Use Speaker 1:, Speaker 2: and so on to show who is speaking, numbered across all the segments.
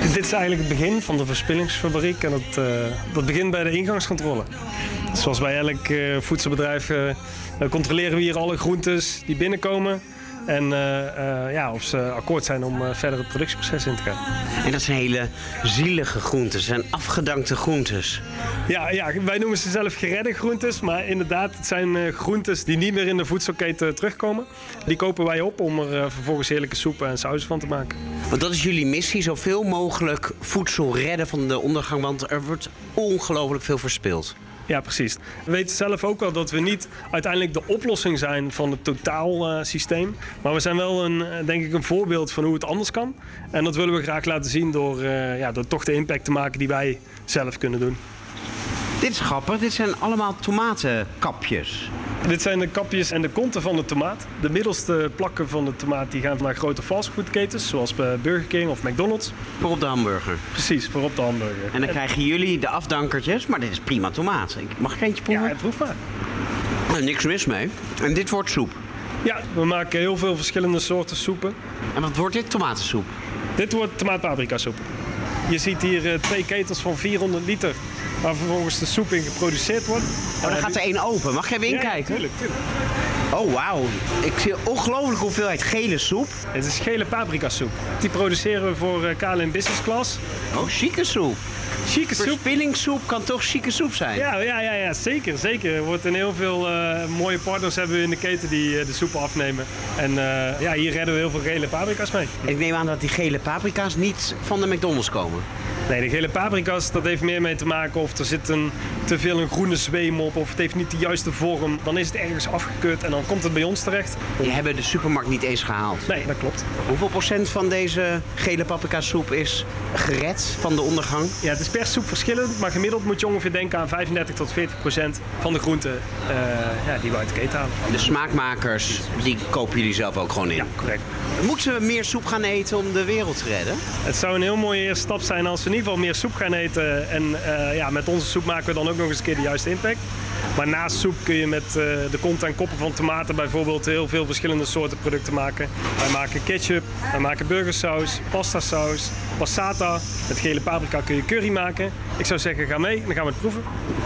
Speaker 1: Dus dit is eigenlijk het begin van de verspillingsfabriek en dat, eh, dat begint bij de ingangscontrole. Zoals bij elk eh, voedselbedrijf eh, eh, controleren we hier alle groentes die binnenkomen. En eh, eh, ja, of ze akkoord zijn om eh, verder het productieproces in te gaan.
Speaker 2: En dat zijn hele zielige groentes, zijn afgedankte groentes.
Speaker 1: Ja, ja, wij noemen ze zelf geredde groentes. Maar inderdaad, het zijn eh, groentes die niet meer in de voedselketen terugkomen. Die kopen wij op om er eh, vervolgens heerlijke soepen en sauzen van te maken.
Speaker 2: Want dat is jullie missie, zoveel mogelijk voedsel redden van de ondergang, want er wordt ongelooflijk veel verspild.
Speaker 1: Ja, precies. We weten zelf ook wel dat we niet uiteindelijk de oplossing zijn van het totaalsysteem. maar we zijn wel een, eh, denk ik een voorbeeld van hoe het anders kan. En dat willen we graag laten zien door, eh, ja, door toch de impact te maken die wij zelf kunnen doen.
Speaker 2: Dit is grappig, dit zijn allemaal tomatenkapjes.
Speaker 1: Dit zijn de kapjes en de konten van de tomaat. De middelste plakken van de tomaat die gaan naar grote fastfoodketens, zoals bij Burger King of McDonald's.
Speaker 2: Voor op de hamburger.
Speaker 1: Precies, voor op de hamburger.
Speaker 2: En dan krijgen jullie de afdankertjes, maar dit is prima tomaat. Ik mag ik eentje proeven?
Speaker 1: Ja, proef maar.
Speaker 2: Er is Nou, niks mis mee. En dit wordt soep.
Speaker 1: Ja, we maken heel veel verschillende soorten soepen.
Speaker 2: En wat wordt dit? Tomatensoep.
Speaker 1: Dit wordt tomaat soep. Je ziet hier eh, twee ketels van 400 liter, waar vervolgens de soep in geproduceerd wordt.
Speaker 2: Oh, dan gaat er één open. Mag ik even
Speaker 1: kijken.
Speaker 2: inkijken?
Speaker 1: Tuurlijk, tuurlijk.
Speaker 2: Oh, wauw. Ik zie een ongelooflijke hoeveelheid gele soep.
Speaker 1: Het is gele paprikasoep. Die produceren we voor eh, KLM Business Class.
Speaker 2: Oh, chique soep.
Speaker 1: Chique soep.
Speaker 2: Verspillingssoep kan toch chique soep zijn?
Speaker 1: Ja, ja, ja, ja, zeker, zeker. Er wordt in heel veel eh, mooie partners hebben we in de keten die eh, de soep afnemen. En eh, ja, hier redden we heel veel gele paprika's mee.
Speaker 2: Ik neem aan dat die gele paprika's niet van de McDonald's komen.
Speaker 1: Nee, de gele paprika's, dat heeft meer mee te maken of er zit een, te veel een groene zweem op of het heeft niet de juiste vorm. Dan is het ergens afgekeurd en dan komt het bij ons terecht.
Speaker 2: Die hebben de supermarkt niet eens gehaald.
Speaker 1: Nee, dat klopt.
Speaker 2: Hoeveel procent van deze gele paprikasoep is gered van de ondergang?
Speaker 1: Ja, het is per soep verschillend, maar gemiddeld moet je ongeveer denken aan 35 tot 40 procent van de groenten eh, ja, die we uit de keten halen.
Speaker 2: De smaakmakers, die kopen jullie zelf ook gewoon in.
Speaker 1: Ja, correct.
Speaker 2: Moeten we meer soep gaan eten om de wereld te redden?
Speaker 1: Het zou een heel mooie eerste stap zijn als we in ieder geval meer soep gaan eten. En eh, ja, met onze soep maken we dan ook nog eens een keer de juiste impact. Maar naast soep kun je met eh, de kont en koppen van tomaten bijvoorbeeld heel veel verschillende soorten producten maken. Wij maken ketchup, wij maken burgersaus, pastasaus, passata. Met gele paprika kun je curry maken. Ik zou zeggen, ga mee en dan gaan we het proeven.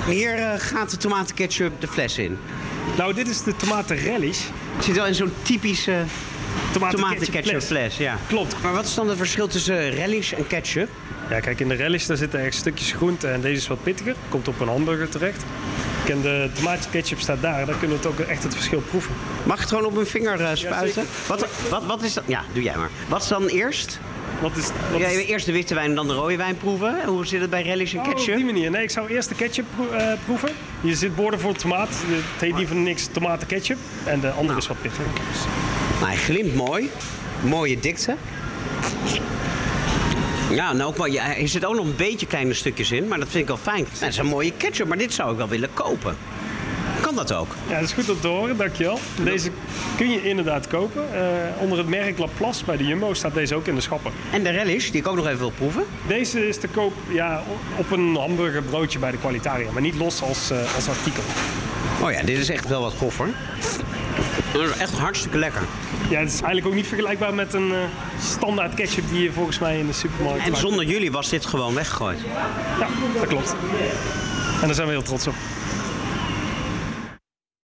Speaker 2: Hier eh, gaat de tomatenketchup de fles in.
Speaker 1: Nou, dit is de tomatenrelish.
Speaker 2: Het zit wel in zo'n typische tomatenketchup
Speaker 1: fles.
Speaker 2: fles. Ja.
Speaker 1: Klopt.
Speaker 2: Maar wat is dan het verschil tussen relish en ketchup?
Speaker 1: Ja, kijk, in de relish daar zitten echt stukjes groente en deze is wat pittiger. Komt op een hamburger terecht. En de tomatenketchup staat daar, daar kunnen we het ook echt het verschil proeven.
Speaker 2: Mag ik het gewoon op mijn vinger eh, spuiten?
Speaker 1: zeker.
Speaker 2: wat, wat, wat is dat? Ja, doe jij maar. Wat is dan eerst?
Speaker 1: Wat is, wat
Speaker 2: Ja,
Speaker 1: is...
Speaker 2: eerst de witte wijn en dan de rode wijn proeven. En Hoe zit het bij relish en
Speaker 1: Oh,
Speaker 2: ketchup?
Speaker 1: op die manier. Nee, ik zou eerst de ketchup pro- eh, proeven. Je zit borden voor tomaat. Het heet niet voor niks tomatenketchup. En de andere is wat pittiger.
Speaker 2: Maar hij glimt mooi. Mooie dikte. Ja, nou ook wel, ja, er zit ook nog een beetje kleine stukjes in, maar dat vind ik wel fijn. Nou, dat is een mooie ketchup, maar dit zou ik wel willen kopen. Kan dat ook?
Speaker 1: Ja, dat is goed om te horen, dankjewel. Deze kun je inderdaad kopen. Eh, onder het merk Laplace bij de Jumbo staat deze ook in de schappen.
Speaker 2: En de relish, die ik ook nog even wil proeven.
Speaker 1: Deze is te koop ja, op een hamburgerbroodje bij de Qualitaria. Maar niet los als, eh, als artikel.
Speaker 2: Oh ja, dit is echt wel wat koffer. Dat is echt hartstikke lekker.
Speaker 1: Ja, het is eigenlijk ook niet vergelijkbaar met een eh, standaard ketchup die je volgens mij in de supermarkt
Speaker 2: En
Speaker 1: maakt.
Speaker 2: zonder jullie was dit gewoon weggegooid.
Speaker 1: Ja, dat klopt. En daar zijn we heel trots op.